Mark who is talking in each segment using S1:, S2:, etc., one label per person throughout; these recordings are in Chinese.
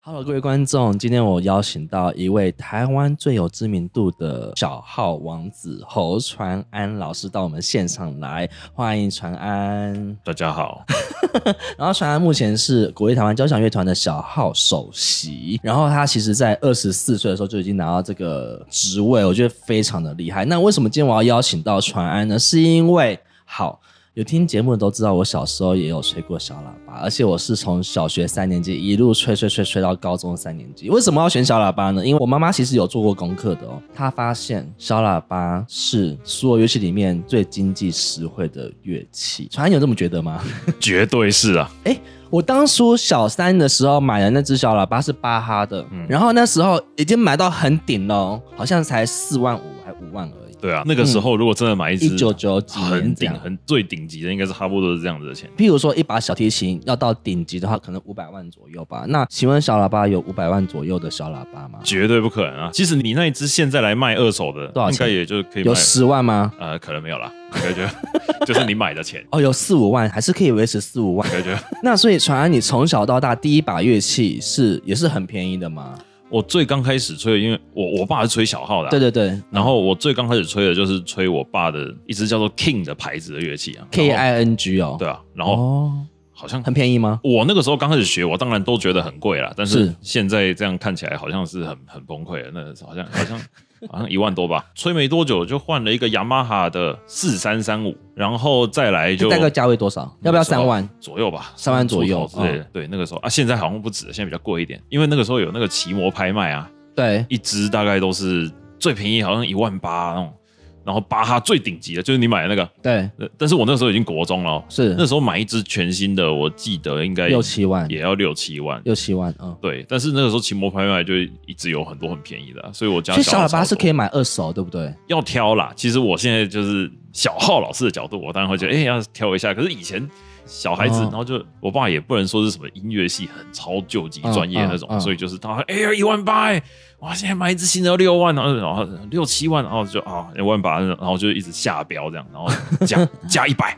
S1: Hello，各位观众，今天我邀请到一位台湾最有知名度的小号王子侯传安老师到我们现场来，欢迎传安。
S2: 大家好，
S1: 然后传安目前是国立台湾交响乐团的小号首席，然后他其实在二十四岁的时候就已经拿到这个职位，我觉得非常的厉害。那为什么今天我要邀请到传安呢？是因为好。有听节目的都知道，我小时候也有吹过小喇叭，而且我是从小学三年级一路吹吹吹吹到高中三年级。为什么要选小喇叭呢？因为我妈妈其实有做过功课的哦，她发现小喇叭是所有乐器里面最经济实惠的乐器。传安有这么觉得吗？
S2: 绝对是啊，
S1: 我当初小三的时候买的那只小喇叭是巴哈的，
S2: 嗯
S1: 然后那时候已经买到很顶了哦，好像才四万五还五万而已。
S2: 对啊，那个时候如果真的买一
S1: 嗯
S2: 只
S1: 一九九几
S2: 很
S1: 年这
S2: 顶、
S1: 样。
S2: 很最顶级的，应该是差不多是这样子的钱。
S1: 譬如说一把小提琴要到顶级的话，可能五百万左右吧。那请问小喇叭有五百万左右的小喇叭吗？
S2: 绝对不可能啊！其实你那一只现在来卖二手的
S1: 多少，
S2: 应
S1: 钱
S2: 该也就可以卖
S1: 有十万吗？
S2: 呃，可能没有啦，感觉就是 你买的钱，
S1: 哦，有四五万，还是可以维持四五万。
S2: 感觉
S1: 那所以传安，你从小到大第一把乐器是也是很便宜的吗？
S2: 我最刚开始吹的，因为我我爸是吹小号的啊、
S1: 对对对
S2: 然后我最刚开始吹的就是吹我爸的一支叫做 King 的牌子的乐器啊
S1: ，K
S2: 然
S1: I N G 哦
S2: 后，对啊，然后
S1: 哦，
S2: 好像
S1: 很便宜吗？
S2: 我那个时候刚开始学，我当然都觉得很贵啦，但是
S1: 是
S2: 现在这样看起来好像是很很崩溃的，那好像 好像好像一万多吧。吹没多久就换了一个雅马哈的四三三五，然后再来就
S1: 大概价位多少？要不要三万？
S2: 左右吧，
S1: 三万左右哦
S2: 出头之类的。对，那个时候啊，现在好像不止，现在比较贵一点，因为那个时候有那个奇摩拍卖啊，
S1: 对，
S2: 一支大概都是最便宜好像一万八那种，然后巴哈最顶级的就是你买的那个。
S1: 对，
S2: 呃但是我那时候已经国中了哦，
S1: 是
S2: 那时候买一支全新的，我记得应该
S1: 六七万，
S2: 也要六七万。
S1: 六七万嗯。
S2: 对，但是那个时候骑摩拍卖就一直有很多很便宜的啊、所以我家
S1: 所以小喇叭是可
S2: 以
S1: 以买二手，对不对？
S2: 要挑啦。其实我现在就是小号老师的角度，我当然会觉得，哎、要挑一下。可是以前小孩子，
S1: 哦
S2: 然后就我爸也不能说是什么音乐系很超究极
S1: 嗯
S2: 专业那种，
S1: 嗯嗯
S2: 所以就是他哎呀一万八、哎，哇，现在买一只新的要六万，然后然后六七万，然后就啊一万八，然后就一直下标这样，然后加 加一百，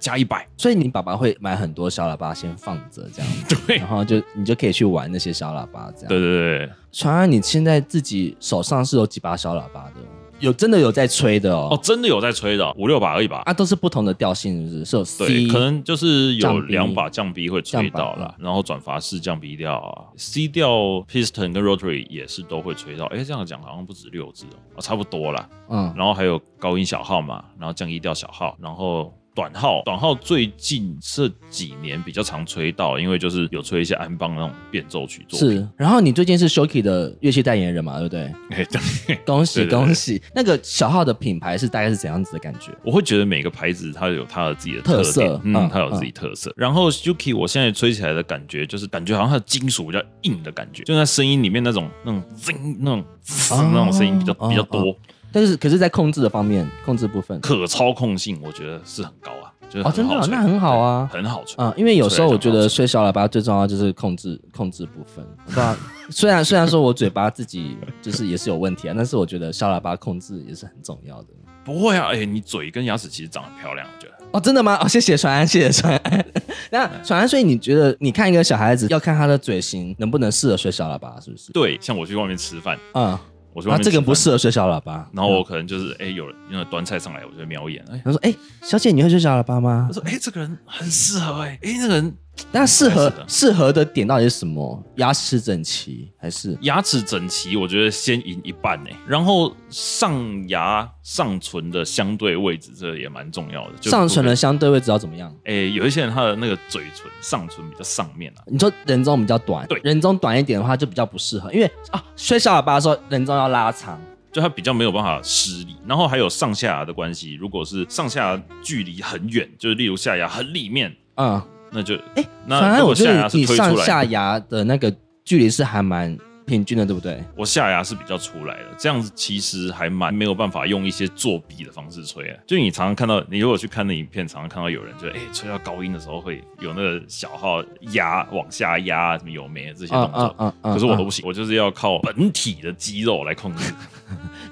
S2: 加一百，
S1: 所以你爸爸会买很多小喇叭先放着这样子，
S2: 对
S1: 然后就你就可以去玩那些小喇叭这样。
S2: 对对对。
S1: 传安，你现在自己手上是有几把小喇叭的？有真的有在吹的哦，
S2: 哦，真的有在吹的，五六把而已吧。
S1: 啊，都是不同的调性，是不是？是有 C，
S2: 对，可能就是有
S1: 降 B
S2: 两把降 B 会吹
S1: 降
S2: 到
S1: 嗯
S2: 啦，然后转阀式降 B 调啊，C 调 piston 跟 rotary 也是都会吹到。哎，这样讲好像不止六支哦，啊差不多啦。
S1: 嗯，
S2: 然后还有高音小号嘛，然后降 E 调小号，然后短号，短号最近这几年比较常吹到，因为就是有吹一些安邦那种变奏曲作品。
S1: 是。然后你最近是 Shoki 的乐器代言人嘛，对不对？
S2: 哎，对，
S1: 恭喜
S2: 对对对
S1: 恭喜！那个小号的品牌是大概是怎样子的感觉？
S2: 我会觉得每个牌子它有它的自己的
S1: 特
S2: 特
S1: 色
S2: 点，
S1: 嗯
S2: 嗯，它有自己特色。然后 Yuki，我现在吹起来的感觉就是感觉好像它的金属比较硬的感觉，就那声音里面那种那种叮那种滋
S1: 哦
S2: 那种声音比较
S1: 哦
S2: 比较多，
S1: 但是可是，在控制的方面，控制部分，
S2: 可操控性我觉得是很高啊，就是
S1: 哦，真的
S2: 好
S1: 哦、
S2: 吹
S1: 那很好啊
S2: 对。很好吹
S1: 啊、因为有时候我觉
S2: 吹来
S1: 得
S2: 就好
S1: 吹小喇叭最重要就是控制控制部 分，我不知道。虽然虽然说我嘴巴自己就是也是有问题啊，但是我觉得小喇叭控制也是很重要的。
S2: 不会啊，哎、你嘴跟牙齿其实长得很漂亮，我觉得。
S1: 哦，真的吗？哦，谢谢传安，谢谢传安。 那传安，所以你觉得你看一个小孩子，要看他的嘴型能不能适合学小喇叭，是不是？
S2: 对，像我去外面吃饭，
S1: 嗯，
S2: 我去
S1: 然
S2: 外
S1: 后
S2: 面
S1: 这个
S2: 吃
S1: 人不嗯
S2: 饭，
S1: 适合学小喇叭。
S2: 然后我可能就是哎、有人那个端菜上来，我就瞄一眼，哎、
S1: 他说：“哎、小姐，你会学小喇叭吗
S2: 我说哎、这个人很适合哎、哎、那个人？”
S1: 那适合
S2: 是的
S1: 适合的点到底是什么？牙齿整齐还是？
S2: 牙齿整齐，我觉得先赢一半呢、然后上牙上唇的相对位置，这也蛮重要的。就
S1: 上唇的，相对位置要怎么样？
S2: 诶、哎有一些人他的那个嘴唇上唇比较上面啊，
S1: 你说人中比较短，
S2: 对
S1: 人中短一点的话就比较不适合，因为啊，吹小喇叭的时候人中要拉长，
S2: 就他比较没有办法施力。然后还有上下牙的关系，如果是上下牙距离很远，就是例如下牙很里面，
S1: 嗯，
S2: 那就
S1: 哎、反
S2: 那
S1: 而
S2: 如
S1: 我
S2: 果
S1: 觉
S2: 下
S1: 得
S2: 牙
S1: 你
S2: 是推
S1: 上
S2: 出来
S1: 下
S2: 的，
S1: 牙的那个距离是还蛮平均的，对不对？
S2: 我下牙是比较出来的。这样子其实还蛮没有办法用一些作弊的方式吹、啊。就你常常看到，你如果去看那影片，常常看到有人就哎、诶吹到高音的时候会有那个小号压往下压，什么有没啊这些动作。
S1: 嗯
S2: 可是我都
S1: 嗯
S2: 不行，我就是要靠本体的肌肉来控制。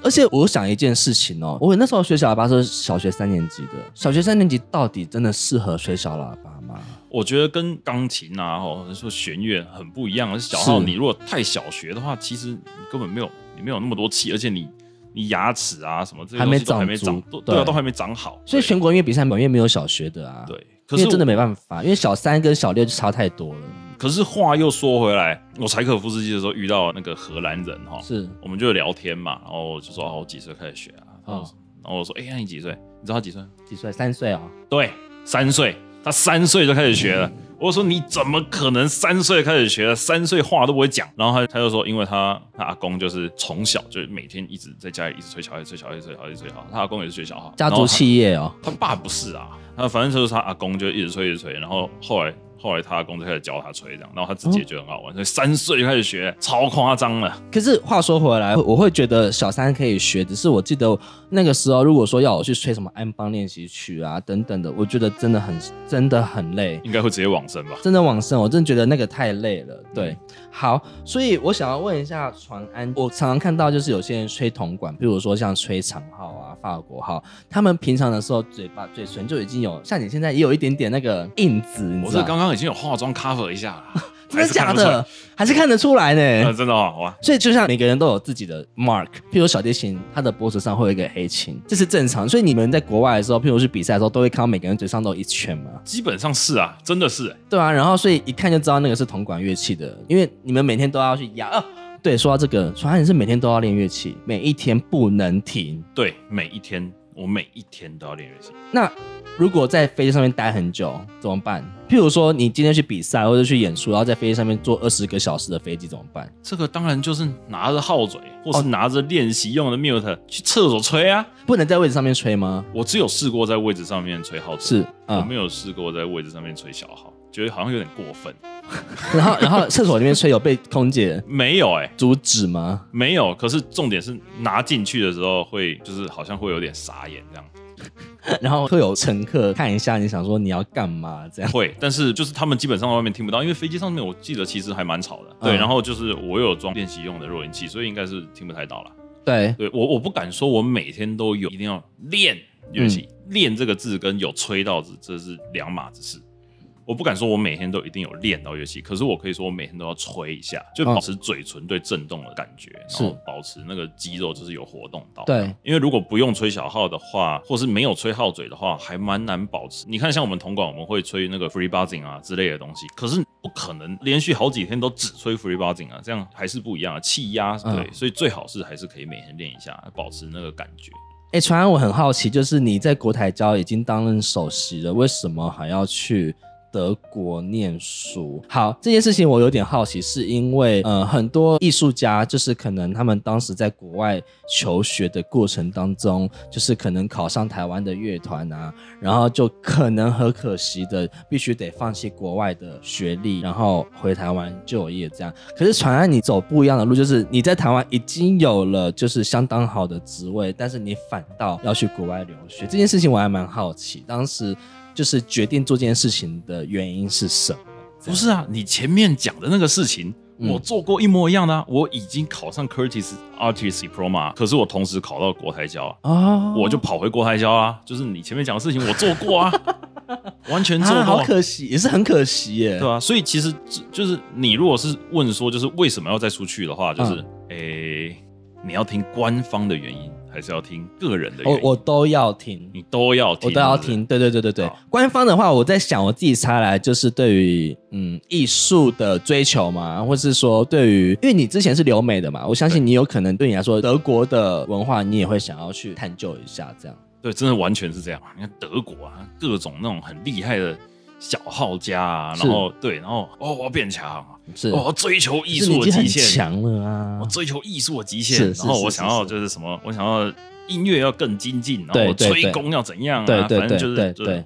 S1: 而且我想一件事情哦，我那时候学小喇叭是小学三年级的，小学三年级到底真的适合学小喇叭吗？
S2: 我觉得跟钢琴啊，或者说弦乐很不一样。而小号
S1: 是
S2: 你如果太小学的话，其实你根本没有你没有那么多气，而且你你牙齿啊什么这些
S1: 还
S2: 东
S1: 没
S2: 西都还没
S1: 长
S2: 长
S1: 足，
S2: 都对啊，
S1: 对
S2: 都还没长好。
S1: 所以
S2: 对
S1: 全国音乐比赛，管乐没有小学的啊，，
S2: 对，可
S1: 因
S2: 是
S1: 为真的没办法，因为小三跟小六就差太多了，
S2: 可是话又说回来，我柴可夫斯基的时候遇到那个荷兰人哈，
S1: 是
S2: 我们就聊天嘛，然后我就说哦，我几岁开始学啊？
S1: 哦
S2: 然后我说，哎、那你几岁？你知道他几岁？
S1: 几岁？三岁哦，
S2: 对，三岁，他三岁就开始
S1: 嗯
S2: 学了。我说你怎么可能三岁开始学了？三岁话都不会讲。然后他他就说，因为他他阿公就是从小就每天一直在家里一直吹小号，一直吹小号，一直吹小号，一直吹小号。他阿公也是吹小号，
S1: 家
S2: 然后
S1: 族
S2: 他
S1: 企业哦，
S2: 他爸不是啊，他反正就是他阿公就一直吹一直吹，然后后来后来他阿公就开始教他吹这样，然后他自己也觉得很好玩，所以三岁就开始学，超夸张了。
S1: 可是话说回来，我会觉得小三可以学，只是我记得那个时候，如果说要我去吹什么安邦练习曲啊等等的，我觉得真的很真的很累，
S2: 应该会直接往生吧？
S1: 真的往生，我真的觉得那个太累了。
S2: 嗯
S1: 对，好，所以我想要问一下传安，我常常看到就是有些人吹铜管，比如说像吹长号啊、法国号，他们平常的时候嘴巴嘴唇就已经有，像你现在也有一点点那个印子，你
S2: 我
S1: 知
S2: 这
S1: 道
S2: 刚
S1: 吗？
S2: 刚已经有化妆 cover 一下了，
S1: 真
S2: 还
S1: 的
S2: 是
S1: 假
S2: 看不出来
S1: 的？？还是看得出来呢？
S2: 呃，真的哦，哇，
S1: 所以就像每个人都有自己的 mark，譬如小提琴，它的脖子上会有一个黑琴，这是正常。所以你们在国外的时候，譬如去比赛的时候，都会看到每个人嘴上都有一圈嘛，
S2: 基本上是啊，真的是、欸
S1: 对啊。然后所以一看就知道那个是铜管乐器的，因为你们每天都要去压。啊对，说到这个，传汉是每天都要练乐器，每一天不能停。
S2: 对，每一天我每一天都要练乐器，
S1: 那如果在飞机上面待很久怎么办？譬如说你今天去比赛或者去演出，然后在飞机上面坐二十个小时的飞机怎么办？
S2: 这个当然就是拿着号嘴或是拿着练习用的 mute 去厕所吹啊。
S1: 不能在位置上面吹吗？
S2: 我只有试过在位置上面吹号嘴，
S1: 是啊，
S2: 我 没有试过在位置上面吹小号，觉得好像有点过分。
S1: 然后然后厕所里面吹有被空姐
S2: 没有哎、
S1: 阻止吗？
S2: 没有。可是重点是拿进去的时候会，就是好像会有点傻眼这样。
S1: 然后会有乘客看一下，你想说你要干嘛这样？
S2: 会，但是就是他们基本上在外面听不到，因为飞机上面我记得其实还蛮吵的。对，
S1: 嗯
S2: 然后就是我有装练习用的弱音器，所以应该是听不太到了。
S1: 对，
S2: 对我我不敢说我每天都有一定要练乐器，
S1: 嗯
S2: 练这个字跟有吹到字这是两码子事。我不敢说我每天都一定有练到乐器，可是我可以说我每天都要吹一下，就
S1: 嗯
S2: 保持嘴唇对震动的感觉，然
S1: 是
S2: 后保持那个肌肉就是有活动到。
S1: 对，
S2: 因为如果不用吹小号的话，或是没有吹号嘴的话，还蛮难保持。你看，像我们铜管，我们会吹那个 free buzzing 啊之类的东西，可是不可能连续好几天都只吹 free buzzing 啊，这样还是不一样啊，气压对，
S1: 嗯
S2: 所以最好是还是可以每天练一下，保持那个感觉。
S1: 哎，传安，我很好奇，就是你在国台交已经担任首席了，为什么还要去？德国念书，好这件事情我有点好奇，是因为呃很多艺术家就是可能他们当时在国外求学的过程当中，就是可能考上台湾的乐团啊，然后就可能很可惜的必须得放弃国外的学历，然后回台湾就业这样。可是传安你走不一样的路，就是你在台湾已经有了就是相当好的职位，但是你反倒要去国外留学，这件事情我还蛮好奇，当时就是决定做这件事情的原因是什么？这
S2: 不
S1: 样
S2: 是啊，你前面讲的那个事情，
S1: 嗯
S2: 我做过一模一样的、啊，我已经考上 Curtis Artist Diploma，可是我同时考到国台交啊。
S1: 哦
S2: 我就跑回国台交啊，就是你前面讲的事情我做过 啊，完全做过，
S1: 啊，好可惜，也是很可惜耶。
S2: 对啊，所以其实就就是你如果是问说就是为什么要再出去的话，就是
S1: 嗯
S2: 诶、你要听官方的原因，还是要听个人的原
S1: 我
S2: 因？
S1: 哦我都要听，
S2: 你都要听，
S1: 我都要
S2: 对不对
S1: 听，。对对对对对
S2: 好。
S1: 官方的话，我在想我自己猜来，就是对于嗯艺术的追求嘛，或是说对于，因为你之前是留美的嘛，我相信你有可能对你来说，德国的文化你也会想要去探究一下，这样。
S2: 对，真的完全是这样。你看德国啊，各种那种很厉害的小号家啊，
S1: 是
S2: 然后对，然后哦，我要变强啊，
S1: 是，
S2: 哦，我要追求艺
S1: 可是你已
S2: 术的
S1: 经很
S2: 极限，
S1: 强了啊
S2: 我。追求艺术的极限
S1: 是，是
S2: 然后
S1: 是
S2: 我
S1: 是
S2: 想要
S1: 是
S2: 就是什么，我想要音乐要更精进，然后
S1: 对
S2: 我
S1: 对对
S2: 吹功要怎样啊，
S1: 对对
S2: 反正就
S1: 对对
S2: 是就是
S1: 对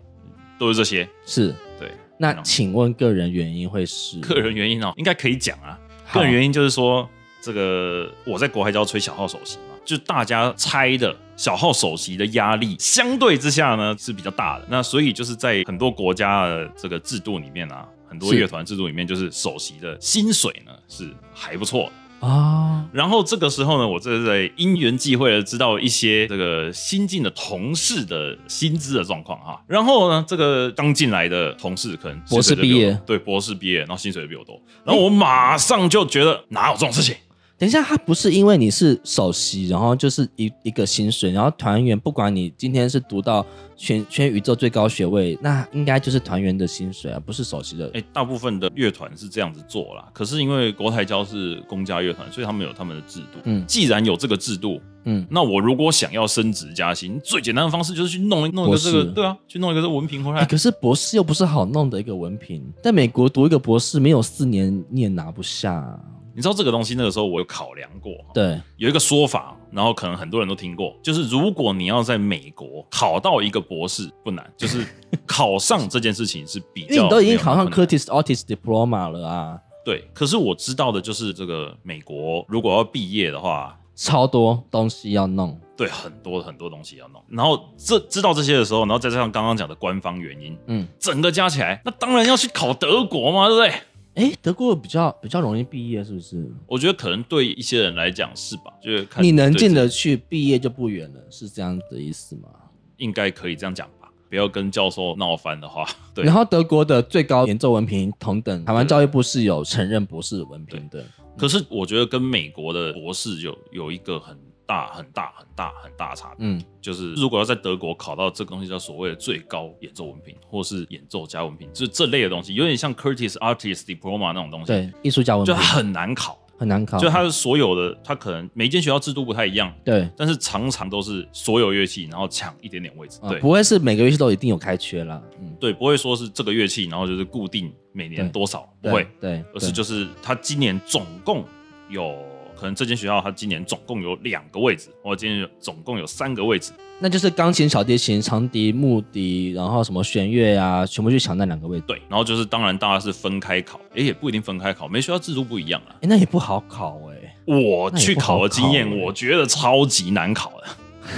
S2: 都是这些，
S1: 是，
S2: 对。
S1: 那
S2: 种
S1: 请问个人原因会是
S2: 个人原因哦，应该可以讲啊。
S1: 好
S2: 个人原因就是说，这个我在国海交吹小号首席嘛，就大家猜的小号首席的压力相对之下呢是比较大的。那所以就是在很多国家的这个制度里面啊，很多
S1: 是
S2: 乐团制度里面，就是首席的薪水呢是还不错的。
S1: 啊，
S2: 然后这个时候呢，我这在因缘际会的知道一些这个新进的同事的薪资的状况哈。然后呢，这个刚进来的同事可能薪水就
S1: 博
S2: 比我
S1: 士毕业
S2: 对，博士毕业，然后薪水就比我多。然后我马上就觉得哪有这种事情？
S1: 等一下，他不是因为你是首席，然后就是一一个薪水，然后团员不管你今天是读到全全宇宙最高学位，那应该就是团员的薪水啊，不是首席的。
S2: 哎，大部分的乐团是这样子做啦。可是因为国台交是公家乐团，所以他们有他们的制度。
S1: 嗯
S2: 既然有这个制度，
S1: 嗯，
S2: 那我如果想要升职加薪，最简单的方式就是去弄一弄一个这
S1: 博
S2: 个，
S1: 士
S2: 对啊，去弄一个这个文凭回
S1: 哎
S2: 来。
S1: 可是博士又不是好弄的一个文凭，在美国读一个博士没有四年你也拿不下啊。
S2: 你知道这个东西那个时候我有考量过，
S1: 对，
S2: 有一个说法，然后可能很多人都听过，就是如果你要在美国考到一个博士 不难，就是考上这件事情是比较
S1: 因为你都已
S2: 没
S1: 经
S2: 有那
S1: 考
S2: 么
S1: 上
S2: 困难
S1: Curtis Autis Diploma 了啊，
S2: 对。可是我知道的就是这个美国如果要毕业的话，
S1: 超多东西要弄。
S2: 对很多很多东西要弄，然后这知道这些的时候，然后再加上刚刚讲的官方原因，
S1: 嗯，
S2: 整个加起来，那当然要去考德国嘛，对不对？
S1: 哎，德国比较比较容易毕业，是不是？
S2: 我觉得可能对一些人来讲是吧？就是看
S1: 你能
S2: 对
S1: 进得去，毕业就不远了，是这样的意思吗？
S2: 应该可以这样讲吧，不要跟教授闹翻的话，对
S1: 然。后德国的最高研究文凭同等，台湾教育部是有承认博士文凭的。
S2: 可是我觉得跟美国的博士有有一个很大很大很大很大的差别，
S1: 嗯，
S2: 就是如果要在德国考到这个东西叫所谓的最高演奏文凭，或是演奏家文凭，就是这类的东西，有点像 Curtis Artist Diploma 那种东西，，
S1: 对，艺术家文
S2: 就
S1: 凭
S2: 它很难考，
S1: 很难考。
S2: 就它的所有的，它可能每间学校制度不太一样，
S1: 对，
S2: 但是常常都是所有乐器，然后抢一点点位置，
S1: 啊
S2: 对。
S1: 不会是每个乐器都一定有开缺啦。嗯，
S2: 对，不会说是这个乐器，然后就是固定每年
S1: 对
S2: 多少，不
S1: 对
S2: 会，
S1: 对，
S2: 而是
S1: 对
S2: 就是他今年总共有可能这间学校他今年总共有两个位置，或者今年有总共有三个位置，
S1: 那就是钢琴、小提琴、长笛、木笛，然后什么弦乐啊，全部去抢那两个位置。
S2: 对，然后就是当然大家是分开考，诶，也不一定分开考，每学校制度不一样啊。
S1: 哎，那也不好考哎、
S2: 我去考的经
S1: 那也不好
S2: 验，
S1: 考欸
S2: 我觉得超级难考的。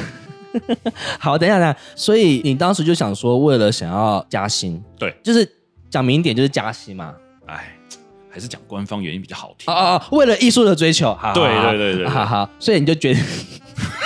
S1: 好，等一下，等一下。所以你当时就想说，为了想要加薪，
S2: 对，
S1: 就是讲明一点，就是加薪嘛。
S2: 哎，还是讲官方原因比较好听
S1: 啊。啊啊！为了艺术的追求，好，
S2: 对
S1: 好
S2: 对对对对
S1: 好好，所以你就决定，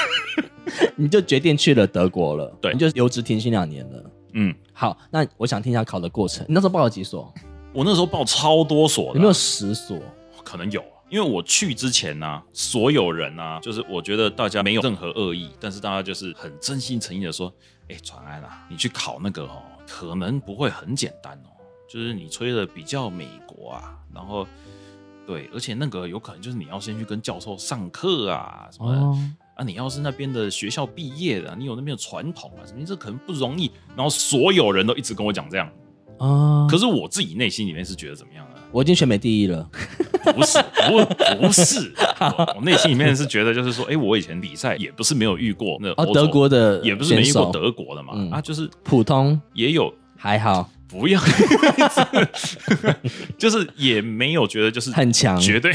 S1: 你就决定去了德国了，
S2: 对
S1: 你就留职停薪两年了。
S2: 嗯，
S1: 好，那我想听一下考的过程。你那时候报了几所？
S2: 我那时候报超多所的啊，
S1: 有没有十所？
S2: 可能有，啊因为我去之前呢、所有人呢、啊就是我觉得大家没有任何恶意，但是大家就是很真心诚意的说，哎、传安啊，你去考那个哦，可能不会很简单哦，就是你吹的比较美国啊，然后对，而且那个有可能就是你要先去跟教授上课啊，什么、
S1: 哦，
S2: 啊，你要是那边的学校毕业的，你有那边的传统啊，什么，这可能不容易。然后所有人都一直跟我讲这样，
S1: 啊，
S2: 可
S1: 可
S2: 是我自己内心里面是觉得怎么样呢？
S1: 我已经全美第一了。
S2: 不是， 不不是，我我内心里面是觉得就是说，哎、我以前比赛也不是没有遇过那
S1: 哦
S2: 欧，洲
S1: 德国的
S2: 也不是没遇
S1: 选
S2: 过
S1: 手
S2: 德国的嘛，
S1: 嗯
S2: 啊，就是
S1: 普通
S2: 也有
S1: 还好，
S2: 不要，就是也没有觉得就是
S1: 很强
S2: 绝对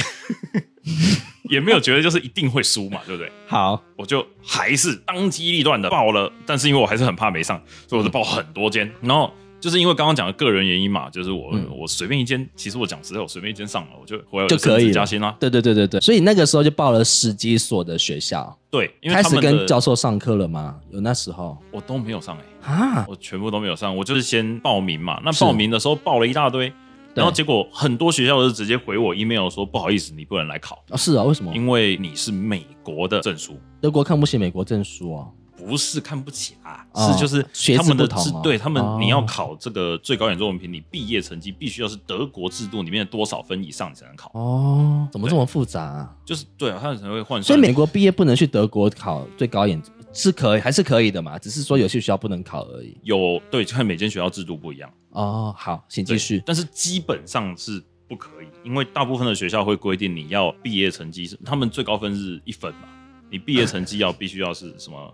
S2: 也没有觉得就是一定会输嘛，对不对？
S1: 好，
S2: 我就还是当机立断的报了，但是因为我还是很怕没上，所以我就报很多间。然后就是因为刚刚讲的个人原因嘛，就是我、
S1: 嗯
S2: 我随便一间，其实我讲实在，我随便一间上了，我就回来
S1: 就可以了
S2: 加薪啦、
S1: 对对对对对，所以那个时候就报了十几所的学校，
S2: 对，因为
S1: 开
S2: 他
S1: 始
S2: 们
S1: 跟
S2: 的
S1: 教授上课了吗？有那时候
S2: 我都没有上哎、
S1: 啊，
S2: 我全部都没有上，我就是先报名嘛。那
S1: 是
S2: 报名的时候报了一大堆，然后
S1: 对
S2: 结果很多学校就直接回我 email 说不好意思，你不能来考，
S1: 哦是啊，为什么？
S2: 因为你是美国的证书。
S1: 德国看不起美国证书啊？
S2: 不是看不起啊，
S1: 哦
S2: 是就是
S1: 学制
S2: 他们的
S1: 不同
S2: 制
S1: 吗，
S2: 对他们
S1: 哦，
S2: 你要考这个最高演奏文凭，你毕业成绩必须要是德国制度里面的多少分以上你才能考，
S1: 哦，怎么这么复杂、啊？
S2: 就是对啊，他才会换
S1: 所
S2: 算。
S1: 以美国毕业不能去德国考最高研，是可以还是可以的嘛？只是说有些学校不能考而已。
S2: 有对，看每间学校制度不一样，
S1: 哦，好，请
S2: 对
S1: 继续。
S2: 但是基本上是不可以，因为大部分的学校会规定你要毕业成绩是，他们最高分是一分嘛，你毕业成绩要必须要是什么？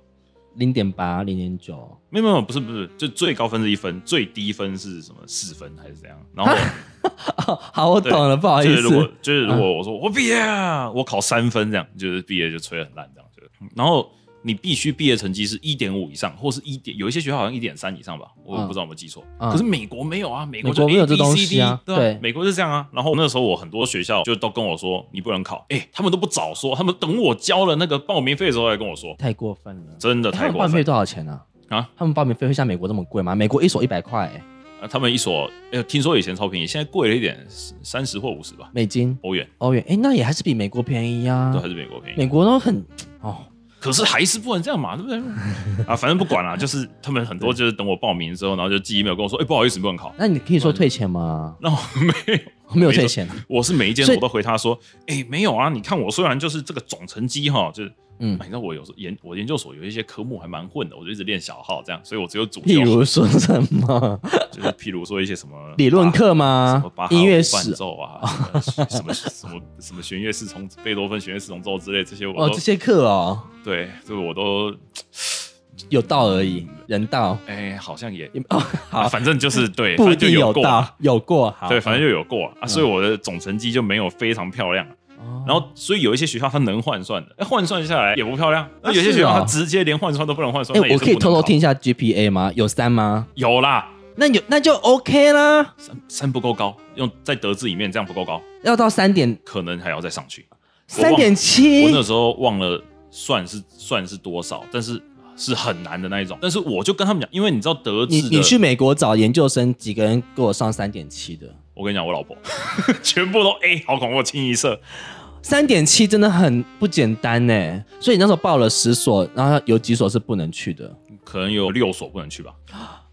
S1: 零点八、零点九，
S2: 没有没有，不是不是，就最高分是一分，最低分是什么四分还是怎样？然后
S1: 哦好，我懂了，不好意
S2: 就是如果
S1: 思。啊
S2: 啊就是如果我说我毕业啊，我考三分这样，就是毕业就吹得很烂这样，就是然后。你必须毕业成绩是一点五以上，或是一点，有一些学校好像一点三以上吧，我不知道有没有记错。
S1: 嗯
S2: 可是美国没有啊，美国
S1: 美
S2: 就
S1: 国
S2: A
S1: 没有这
S2: B
S1: 东
S2: C
S1: 西
S2: D，
S1: 啊
S2: 对
S1: 对
S2: 美国是这样啊。然后那时候我很多学校就都跟我说你不能考，哎、他们都不早说，他们等我交了那个报名费之后才跟我说，
S1: 太过分了。
S2: 真的
S1: 欸他
S2: 太
S1: 们
S2: 过
S1: 报名
S2: 分
S1: 费。多少钱啊？
S2: 啊，
S1: 他们报名费会像美国这么贵吗？美国一所一百块欸
S2: 啊他们一所，哎、听说以前超便宜，现在贵了一点，三十或五十吧，
S1: 美金、
S2: 欧元
S1: 欧元，哎、那也还是比美国便宜呀、
S2: 都还是美国便宜。
S1: 美国都很哦，
S2: 可是还是不能这样嘛，对不对？啊，反正不管 啦、就是他们很多就是等我报名之后，然后就寄 email 跟我说，哎、不好意思，不能考。
S1: 那你可以说退钱吗？
S2: 那我没有，
S1: 没有退钱，啊
S2: 我是每一件
S1: 所以
S2: 我都回他说，哎、没有啊，你看我虽然就是这个总成绩哈，就是。
S1: 嗯
S2: 嗯，你知道我有时候研我研究所有一些科目还蛮混的，我就一直练小号这样，所以我只有主修，
S1: 譬如说什么
S2: 就是譬如说一些什么
S1: 理论
S2: 课。啊
S1: 课
S2: 什
S1: 吗
S2: 么巴？哈
S1: 音乐
S2: 舞伴
S1: 史
S2: 奏啊，什么什么什么什么弦乐四重贝多芬弦乐四重奏之类，这些我
S1: 哦，
S2: 都、
S1: 这些课哦，
S2: 对，这个我都
S1: 有道而已，人道
S2: 哎、好像也
S1: 也哦，
S2: 啊，
S1: 好，
S2: 反正就是对，
S1: 不
S2: 反
S1: 一
S2: 正
S1: 定
S2: 就
S1: 有
S2: 过，啊
S1: 道，有过好，嗯
S2: 对，反正就有过啊，所以我的总成绩就没有非常漂亮。
S1: 哦，
S2: 然后，所以有一些学校它能换算的，哎换算下来也不漂亮。那有些
S1: 是
S2: 学校
S1: 哦
S2: 它直接连换算都不能换算，
S1: 哎、
S2: 那也
S1: 我
S2: 是
S1: 可以
S2: 不能
S1: 偷偷
S2: 考
S1: 听一下 GPA 吗？有三吗？
S2: 有啦，
S1: 那有那就 OK 啦，
S2: 三三不够高，用在德智里面这样不够高，
S1: 要到三点
S2: 可能还要再上去。我忘
S1: 三点
S2: 我
S1: 七
S2: 那时候忘了算是算是多少，但是是很难的那一种。但是我就跟他们讲，因为你知道德
S1: 你
S2: 智的，
S1: 你去美国找研究生，几个人给我上三点七的，
S2: 我跟你讲，我老婆 全部都 A，好恐怖，清一色。
S1: 三点七真的很不简单呢。所以你那时候报了十所，然后有几所是不能去的。
S2: 可能有六所不能去吧。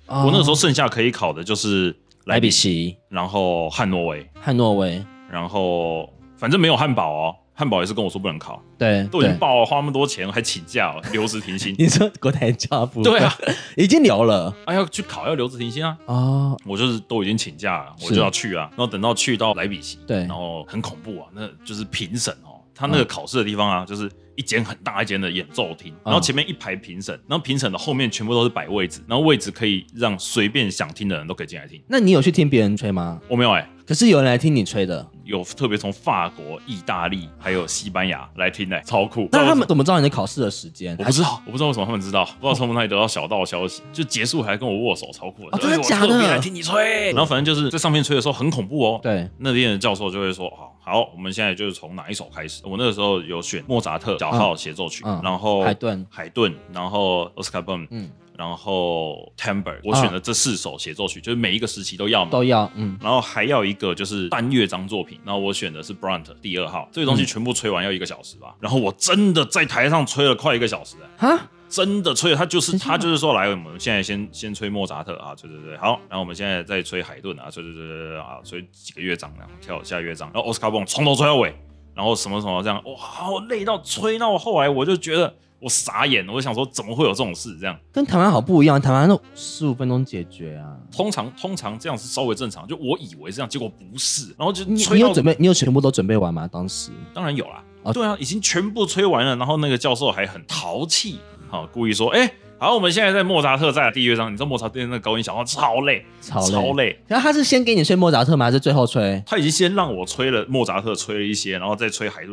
S1: 我
S2: 我那个时候剩下可以考的就是
S1: 哦莱
S2: 莱
S1: 比
S2: 比锡，
S1: 锡、
S2: 然后汉诺威，
S1: 汉诺威，
S2: 然后反正没有汉堡哦。汉堡也是跟我说不能考，
S1: 对
S2: 都已
S1: 对。
S2: 经，报了，花那么多钱还请假、哦，留职停薪
S1: 你说国台教不？
S2: 对啊，
S1: 已经留了
S2: 哎、要去考要留职停薪啊！
S1: 哦，
S2: 我就是都已经请假了，我
S1: 是
S2: 就要去啊。然后等到去到莱比锡，
S1: 对
S2: 然后很恐怖啊，那就是评审哦，他那个考试的地方
S1: 嗯
S2: 啊，就是一间很大一间的演奏厅，然后前面一排评审，然后评审的后面全部都是摆位置，然后位置可以让随便想听的人都可以进来听。
S1: 那你有去听别人吹吗？
S2: 我没有哎、
S1: 可是有人来听你吹的，
S2: 有特别从法国、意大利还有西班牙来听的、超酷。
S1: 嗯那他们怎么知道你的考试的时间？
S2: 我不知道，我不知道为什么他们知道，不知道从哪里得到小道消息，就结束还跟我握手，超酷
S1: 嗯哦真的
S2: 哎我
S1: 假的嗯
S2: 特别来听你吹，然后反正就是在上面吹的时候很恐怖哦。
S1: 对，
S2: 那边的教授就会说：“好，好，我们现在就是从哪一首开始？我那个时候有选莫扎特小号协奏曲，
S1: 嗯
S2: 然后
S1: 海顿
S2: 海顿，然后奥斯卡本，
S1: 嗯，
S2: 然后 Timber，我选了这四首协奏曲，就是每一个时期都要嘛。
S1: 都要嗯。
S2: 然后还要一个就是单乐章作品，然后我选的是 Brunt 第二号，这个东西全部吹完要一个小时吧。然后我真的在台上吹了快一个小时、哎
S1: 哈，
S2: 真的吹，他就是
S1: 等一下
S2: 他就是说，来，我们现在先先吹莫扎特啊，吹吹吹，好，然后我们现在再吹海顿啊，吹吹吹吹吹啊，吹几个乐章，然后跳下乐章，然后奥斯卡蹦从头吹到尾，然后什么什么这样，哇，好累到吹到后来，我就觉得我傻眼，我就想说怎么会有这种事这样。
S1: 跟台湾好不一样，台湾都十五分钟解决啊。
S2: 通常通常这样是稍微正常，就我以为是这样，结果不是，然后就
S1: 你
S2: 吹
S1: 你
S2: 到
S1: 有准备，你有全部都准备完吗？当时
S2: 当然有啦。
S1: 啊
S2: 对啊，已经全部吹完了，然后那个教授还很淘气，好、故意说，哎、好，我们现在在莫扎特在第一乐章，你知道莫扎特那个高音小号超累，
S1: 超累
S2: 超累。
S1: 然后他是先给你吹莫扎特吗？还是最后吹？
S2: 他已经先让我吹了莫扎特，吹了一些，然后再吹海顿，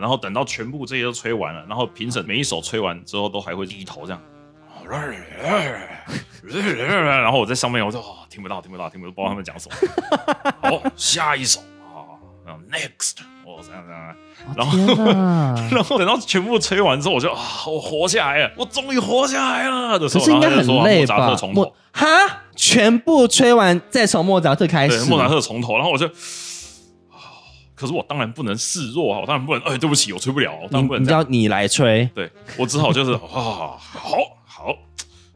S2: 然后等到全部这些都吹完了，然后评审每一首吹完之后都还会低头这样，然后我在上面我就、哦、听不到，听不到，听不到，不知道他们讲什么。好，下一首啊，然后 next，我这样这样，然
S1: 哦
S2: 后
S1: 天哪！
S2: 然后等到全部吹完之后，我就啊，我活下来了，我终于活下来了的时
S1: 可
S2: 候，
S1: 是应该
S2: 然后他
S1: 很
S2: 就说
S1: 累
S2: 莫扎
S1: 吧
S2: 特？从
S1: 莫
S2: 头，
S1: 哈，全部吹完再从莫扎特开
S2: 对
S1: 始。，
S2: 莫扎特从头，然后我就。啊啊可是我当然不能示弱啊，我当然不能，哎、对不起，我吹不了，我
S1: 你
S2: 当然不能
S1: 你
S2: 这
S1: 知
S2: 样。
S1: 道你来吹，
S2: 对我只好就是啊、好好，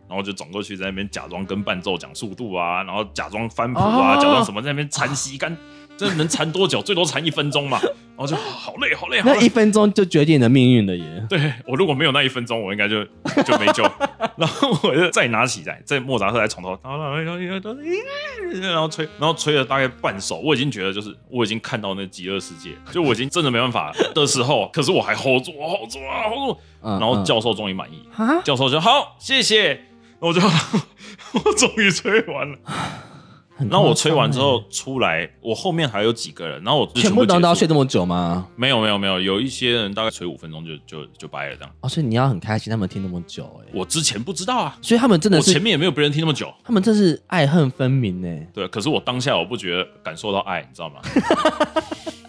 S2: 然后就转过去在那边假装跟伴奏讲速度啊，然后假装翻谱啊，
S1: 哦
S2: 假装什么在那边缠吸干，这能缠多久？最多缠一分钟嘛。然后就啊好累，好累，好
S1: 那一
S2: 累。
S1: 分钟就决定你的命运了耶！
S2: 对我如果没有那一分钟，我应该就就没 救。然后我就再拿起来，在莫扎特在从头，然后吹，然后吹了大概半首，我已经觉得就是我已经看到那极乐世 界，就我已经真的没办法了的时候，可是我还 hold 住，我 hold 住啊，hold 住。
S1: 嗯
S2: 然后
S1: 嗯
S2: 教授终于满意，
S1: 啊，
S2: 教授就好，谢谢。然后我就我终于吹完了，
S1: 很
S2: 然后我吹
S1: 夸张
S2: 完之后
S1: 欸，
S2: 出来，我后面还有几个人，然后我就
S1: 全部
S2: 部
S1: 人都要
S2: 结
S1: 睡
S2: 束
S1: 这么久吗？
S2: 没有没有没有，有一些人大概吹五分钟就就就掰了这样。
S1: 哦，所以你要很开心，他们听那么久、欸，
S2: 我之前不知道啊，
S1: 所以他们真的
S2: 我前
S1: 是，
S2: 面也没有别人听那么久。
S1: 他们真是爱恨分明呢、欸。
S2: 对，可是我当下我不觉得感受到爱，你知道 吗？